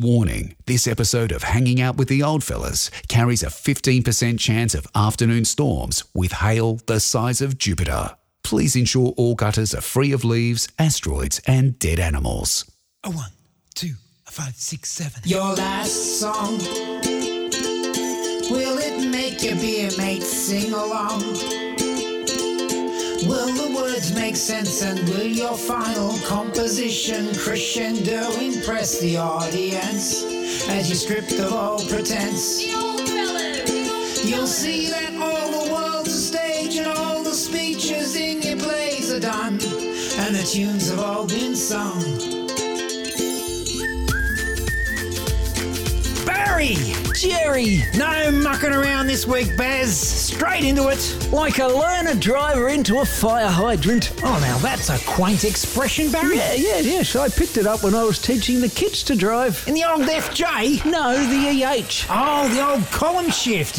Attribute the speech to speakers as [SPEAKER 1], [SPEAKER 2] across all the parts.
[SPEAKER 1] Warning this episode of Hanging Out with the Old Fellas carries a 15% chance of afternoon storms with hail the size of Jupiter. Please ensure all gutters are free of leaves, asteroids, and dead animals.
[SPEAKER 2] A one, two, a five, six, seven.
[SPEAKER 3] Your last song. Will it make your beer mate sing along? Will the words make sense and will your final composition crescendo impress the audience as you stripped of all pretense?
[SPEAKER 4] The old fellas.
[SPEAKER 3] You'll see that all the world's a stage and all the speeches in your plays are done and the tunes have all been sung.
[SPEAKER 2] Barry! Jerry!
[SPEAKER 3] No mucking around this week, Baz. Straight into it.
[SPEAKER 2] Like a learner driver into a fire hydrant.
[SPEAKER 3] Oh, now that's a quaint expression, Barry.
[SPEAKER 2] Yeah, yeah, yes. I picked it up when I was teaching the kids to drive.
[SPEAKER 3] In the old FJ.
[SPEAKER 2] No, the EH.
[SPEAKER 3] Oh, the old column shift.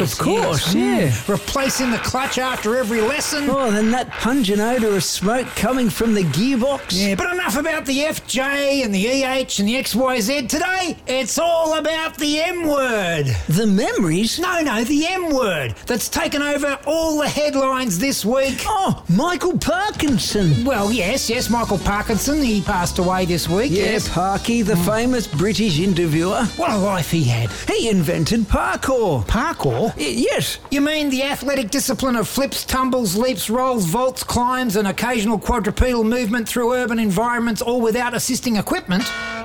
[SPEAKER 2] Yes, of course,
[SPEAKER 3] Mm. Replacing the clutch after every lesson.
[SPEAKER 2] Oh, then that pungent odour of smoke coming from the gearbox.
[SPEAKER 3] Yeah, but Uh, enough about the FJ and the EH and the XYZ today. It's all about the M word.
[SPEAKER 2] The memories.
[SPEAKER 3] No, no, the M word that's taken over all the headlines this week.
[SPEAKER 2] Oh, Michael Parkinson.
[SPEAKER 3] Well, yes, yes, Michael Parkinson, he passed away this week.
[SPEAKER 2] Yeah,
[SPEAKER 3] yes.
[SPEAKER 2] Parky, the famous British interviewer.
[SPEAKER 3] What a life he had.
[SPEAKER 2] He invented parkour.
[SPEAKER 3] Parkour?
[SPEAKER 2] Y- yes,
[SPEAKER 3] You mean the athletic discipline of flips, tumbles, leaps, rolls, vaults, climbs, and occasional quadrupedal movement through urban environments, all without assisting equipment?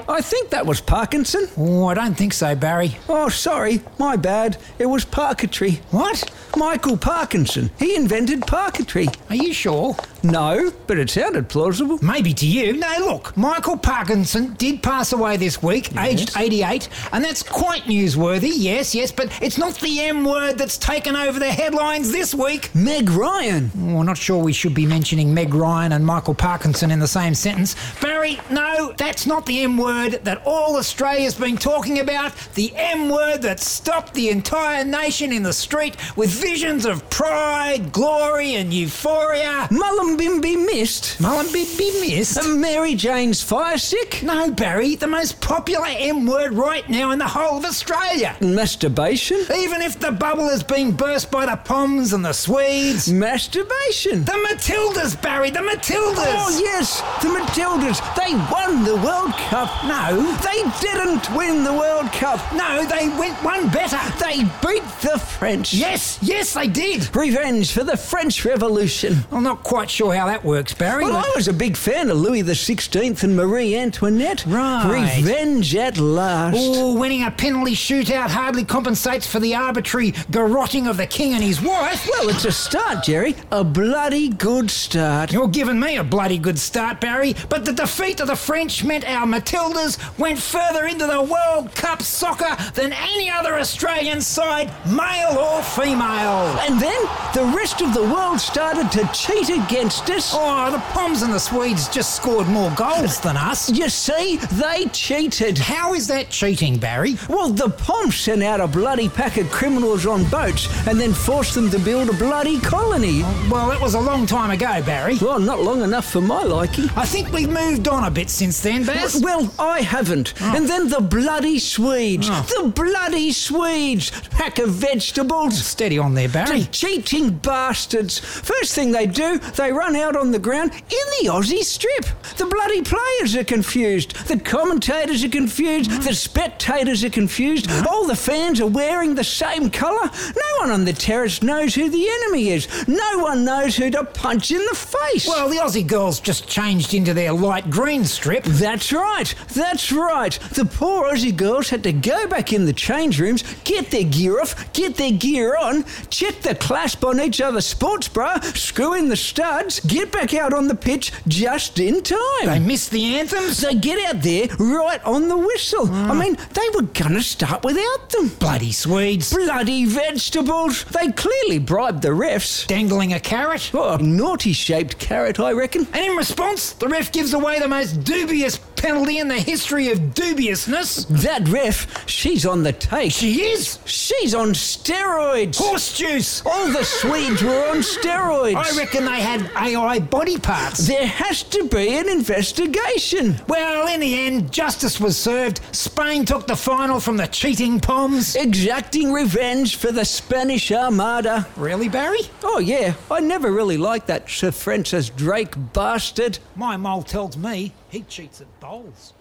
[SPEAKER 2] I think that was Parkinson.
[SPEAKER 3] Oh, I don't think so, Barry.
[SPEAKER 2] Oh, sorry, my bad. It was parquetry.
[SPEAKER 3] What?
[SPEAKER 2] Michael Parkinson. He invented parquetry.
[SPEAKER 3] Are you sure?
[SPEAKER 2] No, but it sounded plausible.
[SPEAKER 3] Maybe to you. No, look, Michael Parkinson did pass away this week, aged 88, and that's quite newsworthy, yes, yes, but it's not the M word that's taken over the headlines this week.
[SPEAKER 2] Meg Ryan.
[SPEAKER 3] Well, not sure we should be mentioning Meg Ryan and Michael Parkinson in the same sentence. Barry, no, that's not the M word that all Australia's been talking about. The M word that stopped the entire nation in the street with visions of pride, glory, and euphoria.
[SPEAKER 2] Mullumbimby Mist.
[SPEAKER 3] Mullumbimby missed.
[SPEAKER 2] And Mary Jane's fire stick.
[SPEAKER 3] no, Barry, the most popular M word right now in the whole of Australia.
[SPEAKER 2] Masturbation.
[SPEAKER 3] Even if the bubble has been burst by the Poms and the Swedes.
[SPEAKER 2] Masturbation.
[SPEAKER 3] The Matildas, Barry, the Matildas!
[SPEAKER 2] Oh, yes, the Matildas. They won the World Cup.
[SPEAKER 3] No,
[SPEAKER 2] They didn't win the World Cup.
[SPEAKER 3] no, they went one better.
[SPEAKER 2] They beat the French.
[SPEAKER 3] Yes, yes, they did.
[SPEAKER 2] Revenge for the French Revolution.
[SPEAKER 3] I'm not quite sure how that works, Barry.
[SPEAKER 2] Well, I was a big fan of Louis XVI and Marie Antoinette.
[SPEAKER 3] Right.
[SPEAKER 2] Revenge at last.
[SPEAKER 3] Oh, winning a penalty shootout hardly compensates for the arbitrary garrotting of the king and his wife.
[SPEAKER 2] Well, it's a start, Jerry. A bloody good start.
[SPEAKER 3] You're giving me a bloody good start, Barry, but the defeat of the French meant our Matildas went further into the World Cup soccer than any other Australian side, male or female.
[SPEAKER 2] And then the rest of the world started to cheat against us.
[SPEAKER 3] Oh, the Poms and the Swedes just scored more goals than us.
[SPEAKER 2] You see, they cheated.
[SPEAKER 3] How is that cheating, Barry?
[SPEAKER 2] Well, the Poms sent out a bloody pack of criminals on boats and then forced them to build a bloody colony.
[SPEAKER 3] Well, that was a long time ago, Barry.
[SPEAKER 2] Well, not long enough for my liking.
[SPEAKER 3] I think we've moved on a bit since then, Baz.
[SPEAKER 2] Well, I haven't. And then the bloody Swedes.
[SPEAKER 3] Oh.
[SPEAKER 2] The bloody Swedes. Pack of vegetables.
[SPEAKER 3] Steady on there, Barry.
[SPEAKER 2] Cheating bastards. First thing they do, they run out on the ground in the Aussie strip. The bloody players are confused. The commentators are confused. The spectators are confused. All the fans are wearing the same colour. No one on the terrace knows who the enemy is. No one knows who to punch in the face.
[SPEAKER 3] Well, the Aussie girls just changed into their light green strip.
[SPEAKER 2] That's right, that's right. The poor Aussie girls had to go back in the change rooms, get their gear off, get their gear on, check the clasp on each other's sports bra, screw in the studs, get back out on the pitch just in
[SPEAKER 3] They
[SPEAKER 2] time.
[SPEAKER 3] missed the anthems?
[SPEAKER 2] They get out there right on the whistle. I mean, they were gonna start without them.
[SPEAKER 3] Bloody Swedes.
[SPEAKER 2] Bloody vegetables! They clearly bribed the refs.
[SPEAKER 3] Dangling a carrot.
[SPEAKER 2] Oh, naughty shaped carrot, I reckon.
[SPEAKER 3] And in response, the ref gives away the most dubious penalty in the history of dubiousness.
[SPEAKER 2] That ref, she's on the take.
[SPEAKER 3] She is
[SPEAKER 2] She's on steroids.
[SPEAKER 3] horse juice.
[SPEAKER 2] All the Swedes were on steroids.
[SPEAKER 3] I reckon they had AI body parts.
[SPEAKER 2] there has to be an investigation.
[SPEAKER 3] Well, in the end, justice was served. Spain took the final from the cheating Poms.
[SPEAKER 2] Exacting revenge for the Spanish Armada.
[SPEAKER 3] Really, Barry?
[SPEAKER 2] Oh, yeah, I never really liked that Sir Francis Drake bastard.
[SPEAKER 3] My mole tells me he cheats at bowls.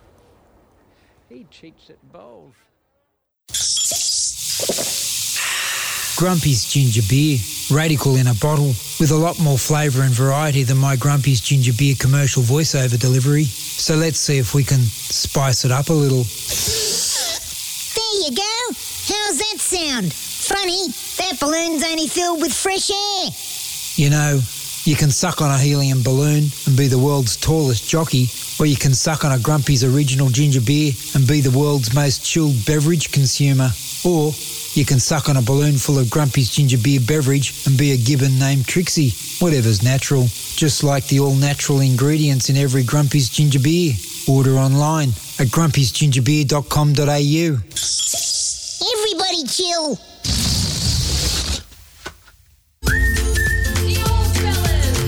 [SPEAKER 2] He cheats at bowls.
[SPEAKER 3] Grumpy's ginger beer, radical in a bottle, with a lot more flavour and variety than my Grumpy's ginger beer commercial voiceover delivery. So let's see if we can spice it up a little.
[SPEAKER 5] There you go. How's that sound? Funny, that balloon's only filled with fresh air.
[SPEAKER 3] You know, you can suck on a helium balloon and be the world's tallest jockey, or you can suck on a Grumpy's original ginger beer and be the world's most chilled beverage consumer, or you can suck on a balloon full of Grumpy's ginger beer beverage and be a gibbon named Trixie. Whatever's natural, just like the all natural ingredients in every Grumpy's ginger beer. Order online at grumpy'sgingerbeer.com.au.
[SPEAKER 5] Everybody chill.
[SPEAKER 4] The old fellas.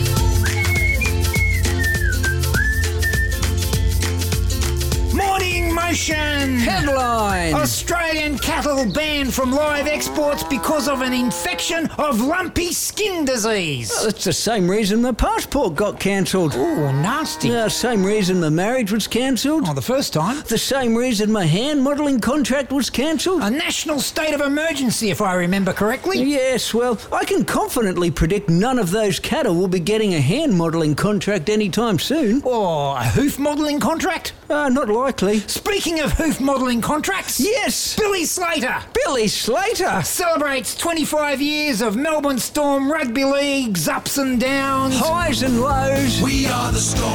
[SPEAKER 4] The old fellas.
[SPEAKER 3] Morning motion!
[SPEAKER 2] Headline!
[SPEAKER 3] Oh. Australian cattle banned from live exports because of an infection of lumpy skin disease.
[SPEAKER 2] That's the same reason my passport got cancelled.
[SPEAKER 3] Oh, nasty.
[SPEAKER 2] The same reason my marriage was cancelled.
[SPEAKER 3] Oh, the first time.
[SPEAKER 2] The same reason my hand modelling contract was cancelled.
[SPEAKER 3] A national state of emergency, if I remember correctly.
[SPEAKER 2] Yes, well, I can confidently predict none of those cattle will be getting a hand modelling contract anytime soon.
[SPEAKER 3] Or Oh, a hoof modelling contract.
[SPEAKER 2] Uh, not likely.
[SPEAKER 3] Speaking of hoof modelling contracts,
[SPEAKER 2] Yes!
[SPEAKER 3] Billy Slater
[SPEAKER 2] Billy Slater!
[SPEAKER 3] celebrates 25 years of Melbourne Storm Rugby League's ups and downs,
[SPEAKER 2] Highs and lows.
[SPEAKER 6] We are the storm,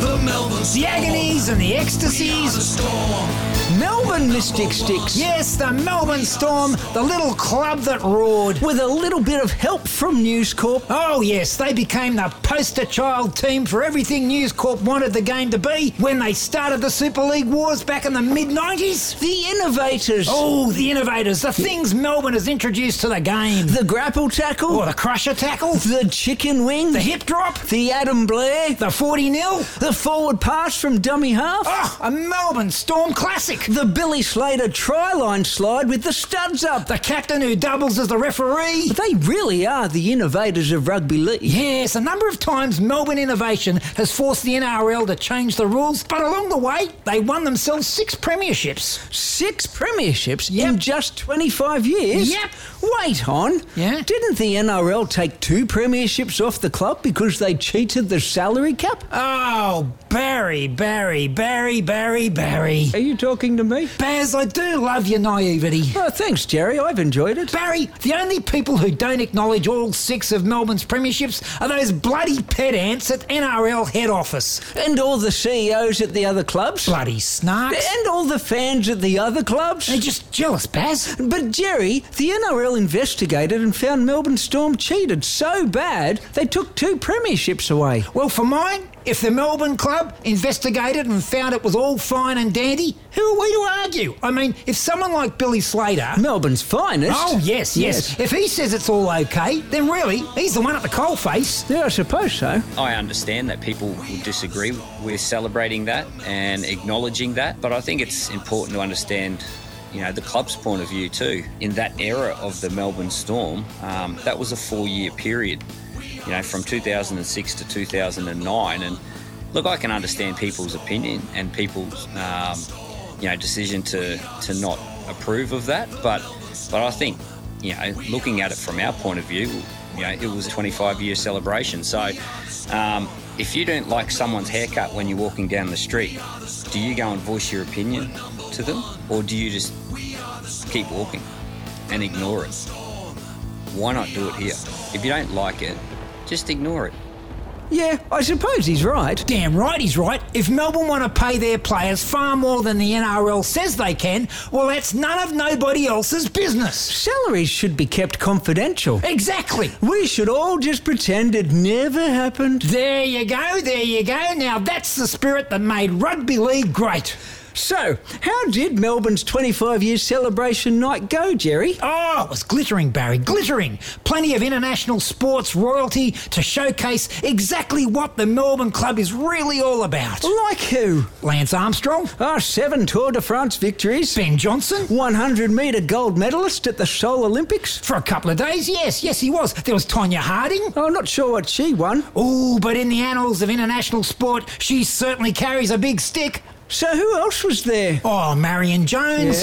[SPEAKER 6] the Melbourne
[SPEAKER 3] the
[SPEAKER 6] Storm.
[SPEAKER 3] agonies and the
[SPEAKER 6] We are the
[SPEAKER 3] ecstasies.
[SPEAKER 6] storm.
[SPEAKER 2] Melbourne Mystic Sticks.
[SPEAKER 3] Yes, the Melbourne Storm, the little club that roared.
[SPEAKER 2] With a little bit of help from News Corp.
[SPEAKER 3] Oh, yes, they became the poster child team for everything News Corp wanted the game to be when they started the Super League Wars back in the mid 90s.
[SPEAKER 2] The Innovators.
[SPEAKER 3] Oh, the innovators, the things Melbourne has introduced to the game.
[SPEAKER 2] The Grapple Tackle.
[SPEAKER 3] Or the crusher tackle,
[SPEAKER 2] The Chicken Wing.
[SPEAKER 3] the hip drop,
[SPEAKER 2] The Adam Blair.
[SPEAKER 3] the 40 0.
[SPEAKER 2] The forward pass from dummy half.
[SPEAKER 3] Oh, a Melbourne Storm classic.
[SPEAKER 2] The Billy Slater try line slide with the studs up.
[SPEAKER 3] The captain who doubles as the referee.
[SPEAKER 2] They really are the innovators of rugby league.
[SPEAKER 3] Yes, a number of times Melbourne innovation has forced the NRL to change the rules, but along the way, they won themselves six premierships.
[SPEAKER 2] Six premierships
[SPEAKER 3] Yep.
[SPEAKER 2] in just 25 years?
[SPEAKER 3] Yep.
[SPEAKER 2] Wait on.
[SPEAKER 3] Yeah.
[SPEAKER 2] Didn't the NRL take two premierships off the club because they cheated the salary cap?
[SPEAKER 3] Oh, Barry, Barry, Barry, Barry, Barry.
[SPEAKER 2] Are you talking to me?
[SPEAKER 3] Baz, I do love your naivety.
[SPEAKER 2] Oh, thanks, Jerry. I've enjoyed it.
[SPEAKER 3] Barry, the only people who don't acknowledge all six of Melbourne's premierships are those bloody pedants at NRL head office.
[SPEAKER 2] And all the CEOs at the other clubs?
[SPEAKER 3] Bloody snarks.
[SPEAKER 2] And all the fans at the other clubs?
[SPEAKER 3] They're just jealous, Baz.
[SPEAKER 2] But Jerry, the NRL investigated and found Melbourne Storm cheated so bad they took two premierships away.
[SPEAKER 3] Well, for mine, if the Melbourne club investigated and found it was all fine and dandy, who are we to argue? I mean, if someone like Billy Slater.
[SPEAKER 2] Melbourne's finest.
[SPEAKER 3] Oh, yes, yes, If he says it's all okay, then really, he's the one at the coalface.
[SPEAKER 2] Yeah, I suppose so.
[SPEAKER 7] I understand that people will disagree. We're celebrating that and acknowledging that, but I think it's important to understand, you know, the club's point of view too. In that era of the Melbourne Storm, um, that was a four-year period, you know, from 2006 to 2009. And look, I can understand people's opinion and people's, um, you know, decision to to not approve of that, but but I think, you know, looking at it from our point of view, you know, it was a 25 year celebration. So, um, if you don't like someone's haircut when you're walking down the street, do you go and voice your opinion to them, or do you just keep walking and ignore it? Why not do it here? If you don't like it, just ignore it.
[SPEAKER 2] Yeah, I suppose he's right.
[SPEAKER 3] Damn right he's right. If Melbourne want to pay their players far more than the NRL says they can, well, that's none of nobody else's business.
[SPEAKER 2] Salaries should be kept confidential.
[SPEAKER 3] Exactly.
[SPEAKER 2] We should all just pretend it never happened.
[SPEAKER 3] There you go, there you go. Now that's the spirit that made rugby league great.
[SPEAKER 2] So, how did Melbourne's 25 year celebration night go, Jerry?
[SPEAKER 3] Oh, it was glittering, Barry, glittering. Plenty of international sports royalty to showcase exactly what the Melbourne club is really all about.
[SPEAKER 2] Like who?
[SPEAKER 3] Lance Armstrong,
[SPEAKER 2] Our seven Tour de France victories,
[SPEAKER 3] Ben Johnson,
[SPEAKER 2] 100 metre gold medalist at the Seoul Olympics.
[SPEAKER 3] for a couple of days, yes, yes, he was. There was Tonya Harding.
[SPEAKER 2] I'm not sure what she won.
[SPEAKER 3] Oh, but in the annals of international sport, she certainly carries a big stick.
[SPEAKER 2] So, who else was there?
[SPEAKER 3] Oh, Marion Jones,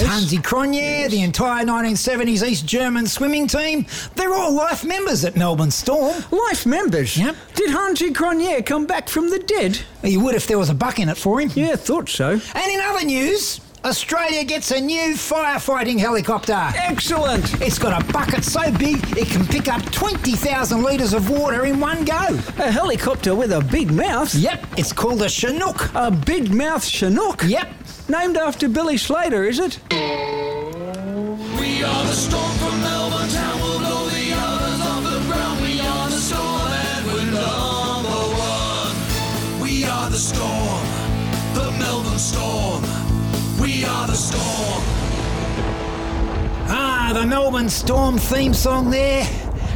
[SPEAKER 2] Yes.
[SPEAKER 3] Hansi Cronje, the entire 1970s East German swimming team. They're all life members at Melbourne Storm.
[SPEAKER 2] Life members.
[SPEAKER 3] Yep.
[SPEAKER 2] Did Hanji Cronier come back from the dead?
[SPEAKER 3] He would if there was a buck in it for him.
[SPEAKER 2] Yeah, thought so.
[SPEAKER 3] And in other news, Australia gets a new firefighting helicopter.
[SPEAKER 2] Excellent.
[SPEAKER 3] It's got a bucket so big it can pick up 20,000 litres of water in one go.
[SPEAKER 2] A helicopter with a big mouth.
[SPEAKER 3] Yep, it's called a Chinook.
[SPEAKER 2] A big mouth Chinook.
[SPEAKER 3] Yep.
[SPEAKER 2] Named after Billy Slater, is it?
[SPEAKER 6] We are the storm from Melbourne town. We'll blow the others off the ground. We are the storm and we're number one. We are the storm, the Melbourne storm. We are the storm.
[SPEAKER 3] Ah, the Melbourne Storm theme song there,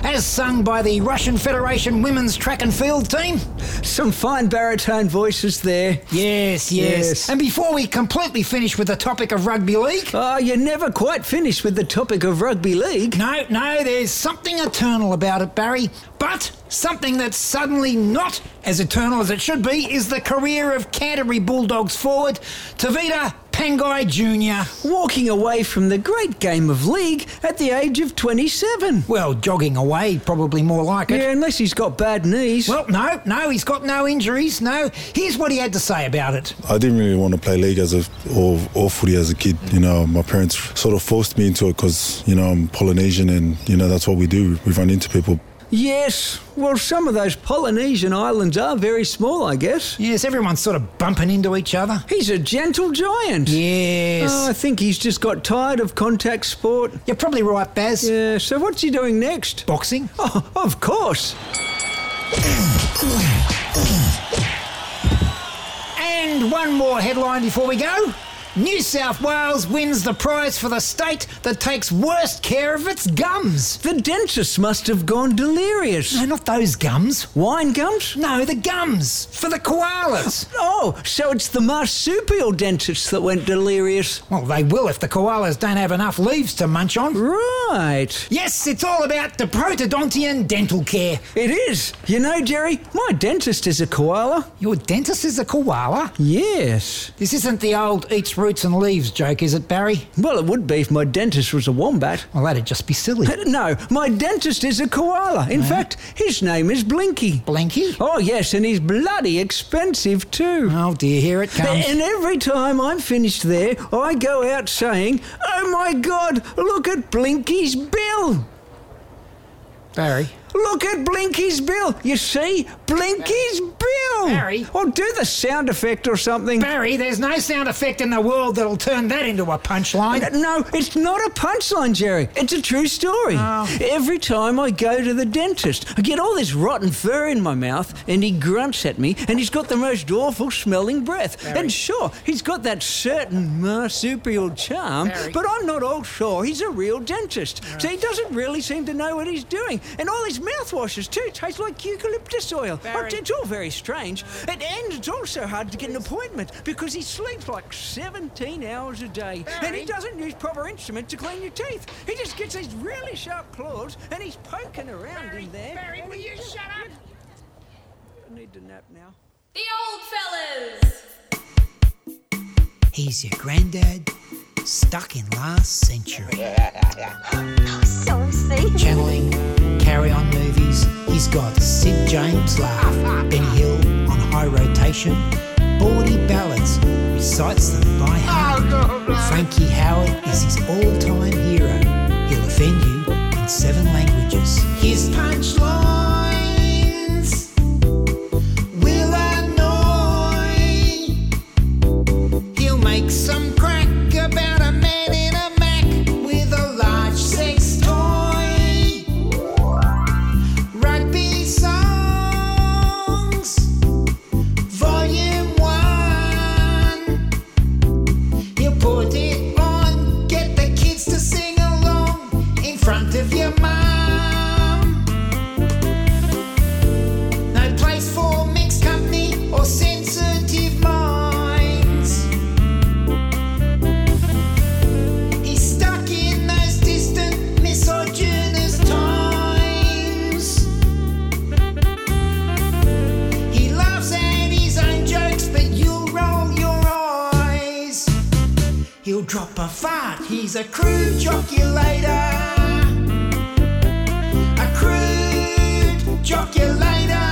[SPEAKER 3] as sung by the Russian Federation women's track and field team.
[SPEAKER 2] Some fine baritone voices there.
[SPEAKER 3] Yes, yes.
[SPEAKER 2] Yes.
[SPEAKER 3] And before we completely finish with the topic of rugby league,
[SPEAKER 2] Ah, you're never quite finished with the topic of rugby league.
[SPEAKER 3] no, no, there's something eternal about it, Barry. But something that's suddenly not as eternal as it should be is the career of Canterbury Bulldogs forward Tavita Pangai Jr.
[SPEAKER 2] Walking away from the great game of league at the age of 27.
[SPEAKER 3] Well, jogging away, probably more like it.
[SPEAKER 2] Yeah, unless he's got bad knees.
[SPEAKER 3] Well, no, no, he's got no injuries. No, here's what he had to say about it.
[SPEAKER 8] I didn't really want to play league as a or, or footy as a kid. You know, my parents sort of forced me into it because you know I'm Polynesian and you know that's what we do. We run into people.
[SPEAKER 2] yes, well, some of those Polynesian islands are very small, I guess.
[SPEAKER 3] Yes, everyone's sort of bumping into each other.
[SPEAKER 2] He's a gentle giant.
[SPEAKER 3] Yes.
[SPEAKER 2] Oh, I think he's just got tired of contact sport.
[SPEAKER 3] You're probably right, Baz.
[SPEAKER 2] Yeah, so what's he doing next?
[SPEAKER 3] Boxing?
[SPEAKER 2] Oh, of course.
[SPEAKER 3] And one more headline before we go. New South Wales wins the prize for the state that takes worst care of its gums.
[SPEAKER 2] The dentist must have gone delirious.
[SPEAKER 3] No, not those gums.
[SPEAKER 2] Wine gums?
[SPEAKER 3] No, the gums for the koalas.
[SPEAKER 2] Oh, so it's the marsupial dentist that went delirious.
[SPEAKER 3] Well, they will if the koalas don't have enough leaves to munch on.
[SPEAKER 2] Right.
[SPEAKER 3] Yes, it's all about the protodontian dental care.
[SPEAKER 2] It is. You know, Jerry, my dentist is a koala.
[SPEAKER 3] Your dentist is a koala?
[SPEAKER 2] Yes.
[SPEAKER 3] This isn't the old eats roots and leaves joke, is it, Barry?
[SPEAKER 2] Well, it would be if my dentist was a wombat.
[SPEAKER 3] Well, that'd just be silly.
[SPEAKER 2] No, my dentist is a koala. In fact, his name is Blinky.
[SPEAKER 3] Blinky?
[SPEAKER 2] Oh, yes, and he's bloody expensive too.
[SPEAKER 3] Oh dear, here it comes.
[SPEAKER 2] And every time I'm finished there, I go out saying, Oh my God, look at Blinky's bill!
[SPEAKER 3] Barry.
[SPEAKER 2] Look at Blinky's bill! You see? Blinky's bill!
[SPEAKER 3] Barry.
[SPEAKER 2] Or do the sound effect or something.
[SPEAKER 3] Barry, there's no sound effect in the world that'll turn that into a punchline.
[SPEAKER 2] No, it's not a punchline, Jerry. It's a true story.
[SPEAKER 3] Oh.
[SPEAKER 2] Every time I go to the dentist, I get all this rotten fur in my mouth, and he grunts at me, and he's got the most awful smelling breath. And sure, he's got that certain marsupial charm, but I'm not all sure he's a real dentist. So he doesn't really seem to know what he's doing. And all his mouthwashes, too, taste like eucalyptus oil. Oh, It's all very strange. And, and it's also hard to get an appointment because he sleeps like 17 hours a day. And he doesn't use proper instruments to clean your teeth. He just gets these really sharp claws and he's poking around in there. Barry, will you shut up? I need to nap now.
[SPEAKER 4] The old fellas.
[SPEAKER 3] He's your granddad, stuck in last century.
[SPEAKER 5] So see.
[SPEAKER 3] Channeling, carry on movies. He's got Sid James laugh, Benny Hill on high rotation, Baldy ballads, recites them by heart. Frankie Howard is his all-time hero. He'll offend you in seven languages. His punchlines He'll drop a fart. He's a crude joculator. A crude joculator.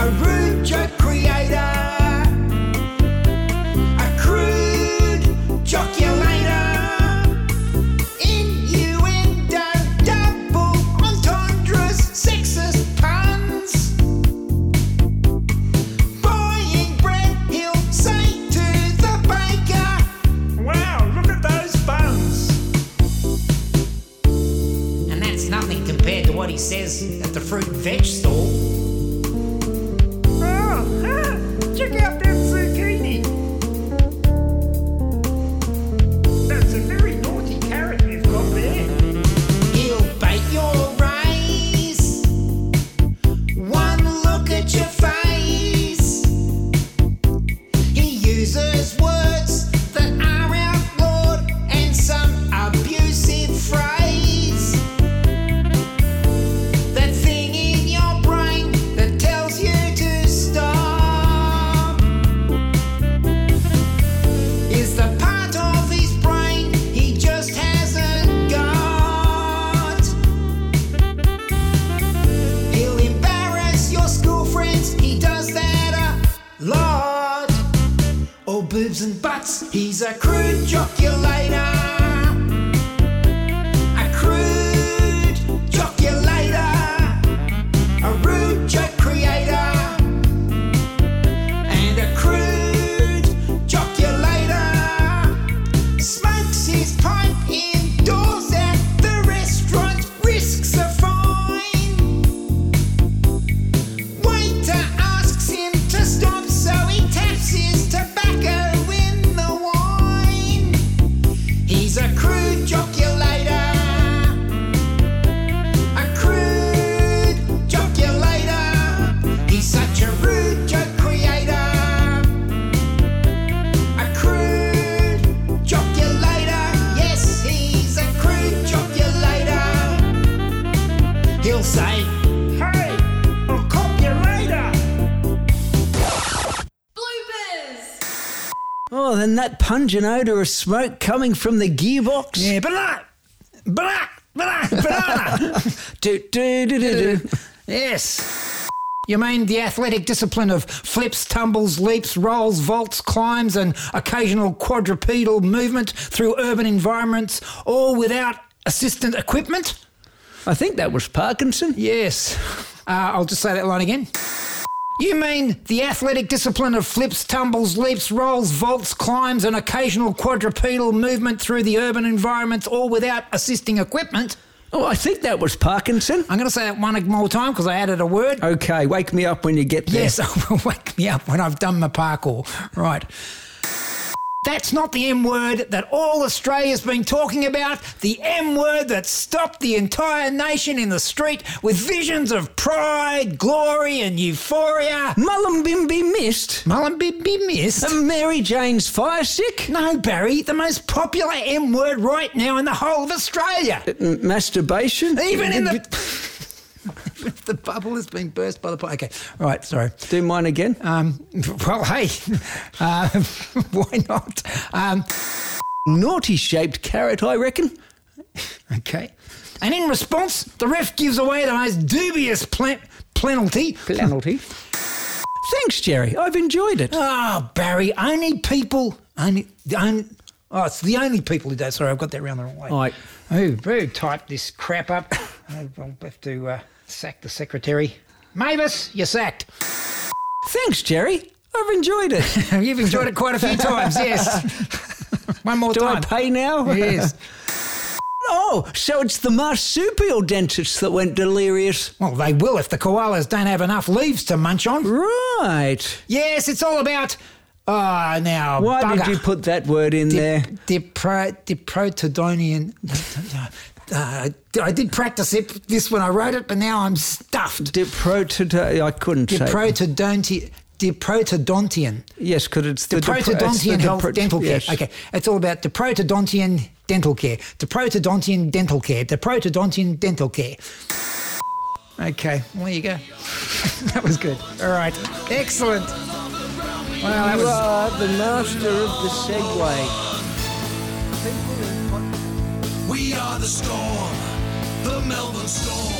[SPEAKER 3] A rude joke creator. A crude joculator. Innuendo, double entendres, sexist puns. Buying bread, he'll say to the baker, Wow, look at those buns. And that's nothing compared to what he says at the fruit and veg stall. Oh, ah, check out that zucchini. That's a very naughty carrot you've got there. He'll bait your rays. One look at your face. He uses words that are outlawed and some abusive phrase. That thing in your brain that tells you to stop is the part of his brain he just hasn't got. He'll embarrass your school friends, he does that a lot. Oh, boobs and butts, he's a crude joculator. A crude joculator. A rude joke creator. And a crude joculator smokes his pipe indoors at the restaurant, risks a fine. Waiter asks him to stop, so he taps his tobacco in the wine. He's a crude joculator. A crude joculator. He's such a rude joke creator. A crude joculator, yes, he's a crude joculator. He'll say, Hey, I'll cop you later.
[SPEAKER 4] Bloopers!
[SPEAKER 2] Oh, then that pungent odour of smoke coming from the gearbox.
[SPEAKER 3] Yeah, banana, banana, banana, banana.
[SPEAKER 2] Do, do, do, do, do.
[SPEAKER 3] yes. You mean the athletic discipline of flips, tumbles, leaps, rolls, vaults, climbs, and occasional quadrupedal movement through urban environments, all without assistant equipment?
[SPEAKER 2] I think that was Parkinson.
[SPEAKER 3] Yes. Uh, I'll just say that line again. You mean the athletic discipline of flips, tumbles, leaps, rolls, vaults, climbs, and occasional quadrupedal movement through the urban environments, all without assisting equipment?
[SPEAKER 2] Oh, I think that was Parkinson.
[SPEAKER 3] I'm going to say that one more time because I added a word.
[SPEAKER 2] Okay, wake me up when you get there.
[SPEAKER 3] Yes, wake me up when I've done my parkour. Right. That's not the M word that all Australia's been talking about. The M word that stopped the entire nation in the street with visions of pride, glory, and euphoria.
[SPEAKER 2] Mullumbimby missed.
[SPEAKER 3] Mullumbimby missed.
[SPEAKER 2] And Mary Jane's fire stick.
[SPEAKER 3] no, Barry, the most popular M word right now in the whole of Australia.
[SPEAKER 2] M- masturbation.
[SPEAKER 3] Even in the. the bubble has been burst by the. pi- Okay, all right, sorry.
[SPEAKER 2] Do mine again.
[SPEAKER 3] Um, well, hey, uh, why not? Um,
[SPEAKER 2] Naughty shaped carrot, I reckon.
[SPEAKER 3] okay. And in response, the ref gives away the most dubious plen- penalty.
[SPEAKER 2] Penalty. Thanks, Jerry. I've enjoyed it.
[SPEAKER 3] Oh, Barry, only people, only, the only, oh, it's the only people who do. Sorry, I've got that round the wrong way.
[SPEAKER 2] All right.
[SPEAKER 3] Who, who typed this crap up? I'll I'll have to uh, sack the secretary. Mavis, you're sacked.
[SPEAKER 2] Thanks, Jerry. I've enjoyed it.
[SPEAKER 3] You've enjoyed it quite a few times, yes. One more
[SPEAKER 2] Do I
[SPEAKER 3] time.
[SPEAKER 2] pay now?
[SPEAKER 3] Yes.
[SPEAKER 2] Oh, so it's the marsupial dentist that went delirious.
[SPEAKER 3] Well, they will if the koalas don't have enough leaves to munch on.
[SPEAKER 2] Right.
[SPEAKER 3] Yes, it's all about. Ah, now.
[SPEAKER 2] Why
[SPEAKER 3] bugger.
[SPEAKER 2] did you put that word in there?
[SPEAKER 3] The, pro, the protodonian. Uh, I did practice it this when I wrote it, but now I'm stuffed.
[SPEAKER 2] Diprotodon. I couldn't
[SPEAKER 3] The
[SPEAKER 2] say.
[SPEAKER 3] protodonti. The protodontian.
[SPEAKER 2] yes, because it's the
[SPEAKER 3] The
[SPEAKER 2] dipro- it's the
[SPEAKER 3] protodontian health
[SPEAKER 2] dipro-
[SPEAKER 3] dental care.
[SPEAKER 2] yes.
[SPEAKER 3] Okay, it's all about the protodontian dental care. The protodontian dental care. The protodontian dental care. Okay, well, there you go. that was good. All right, excellent. Wow, that
[SPEAKER 2] You
[SPEAKER 3] was.
[SPEAKER 2] are the master of the segue.
[SPEAKER 6] the storm, the Melbourne storm.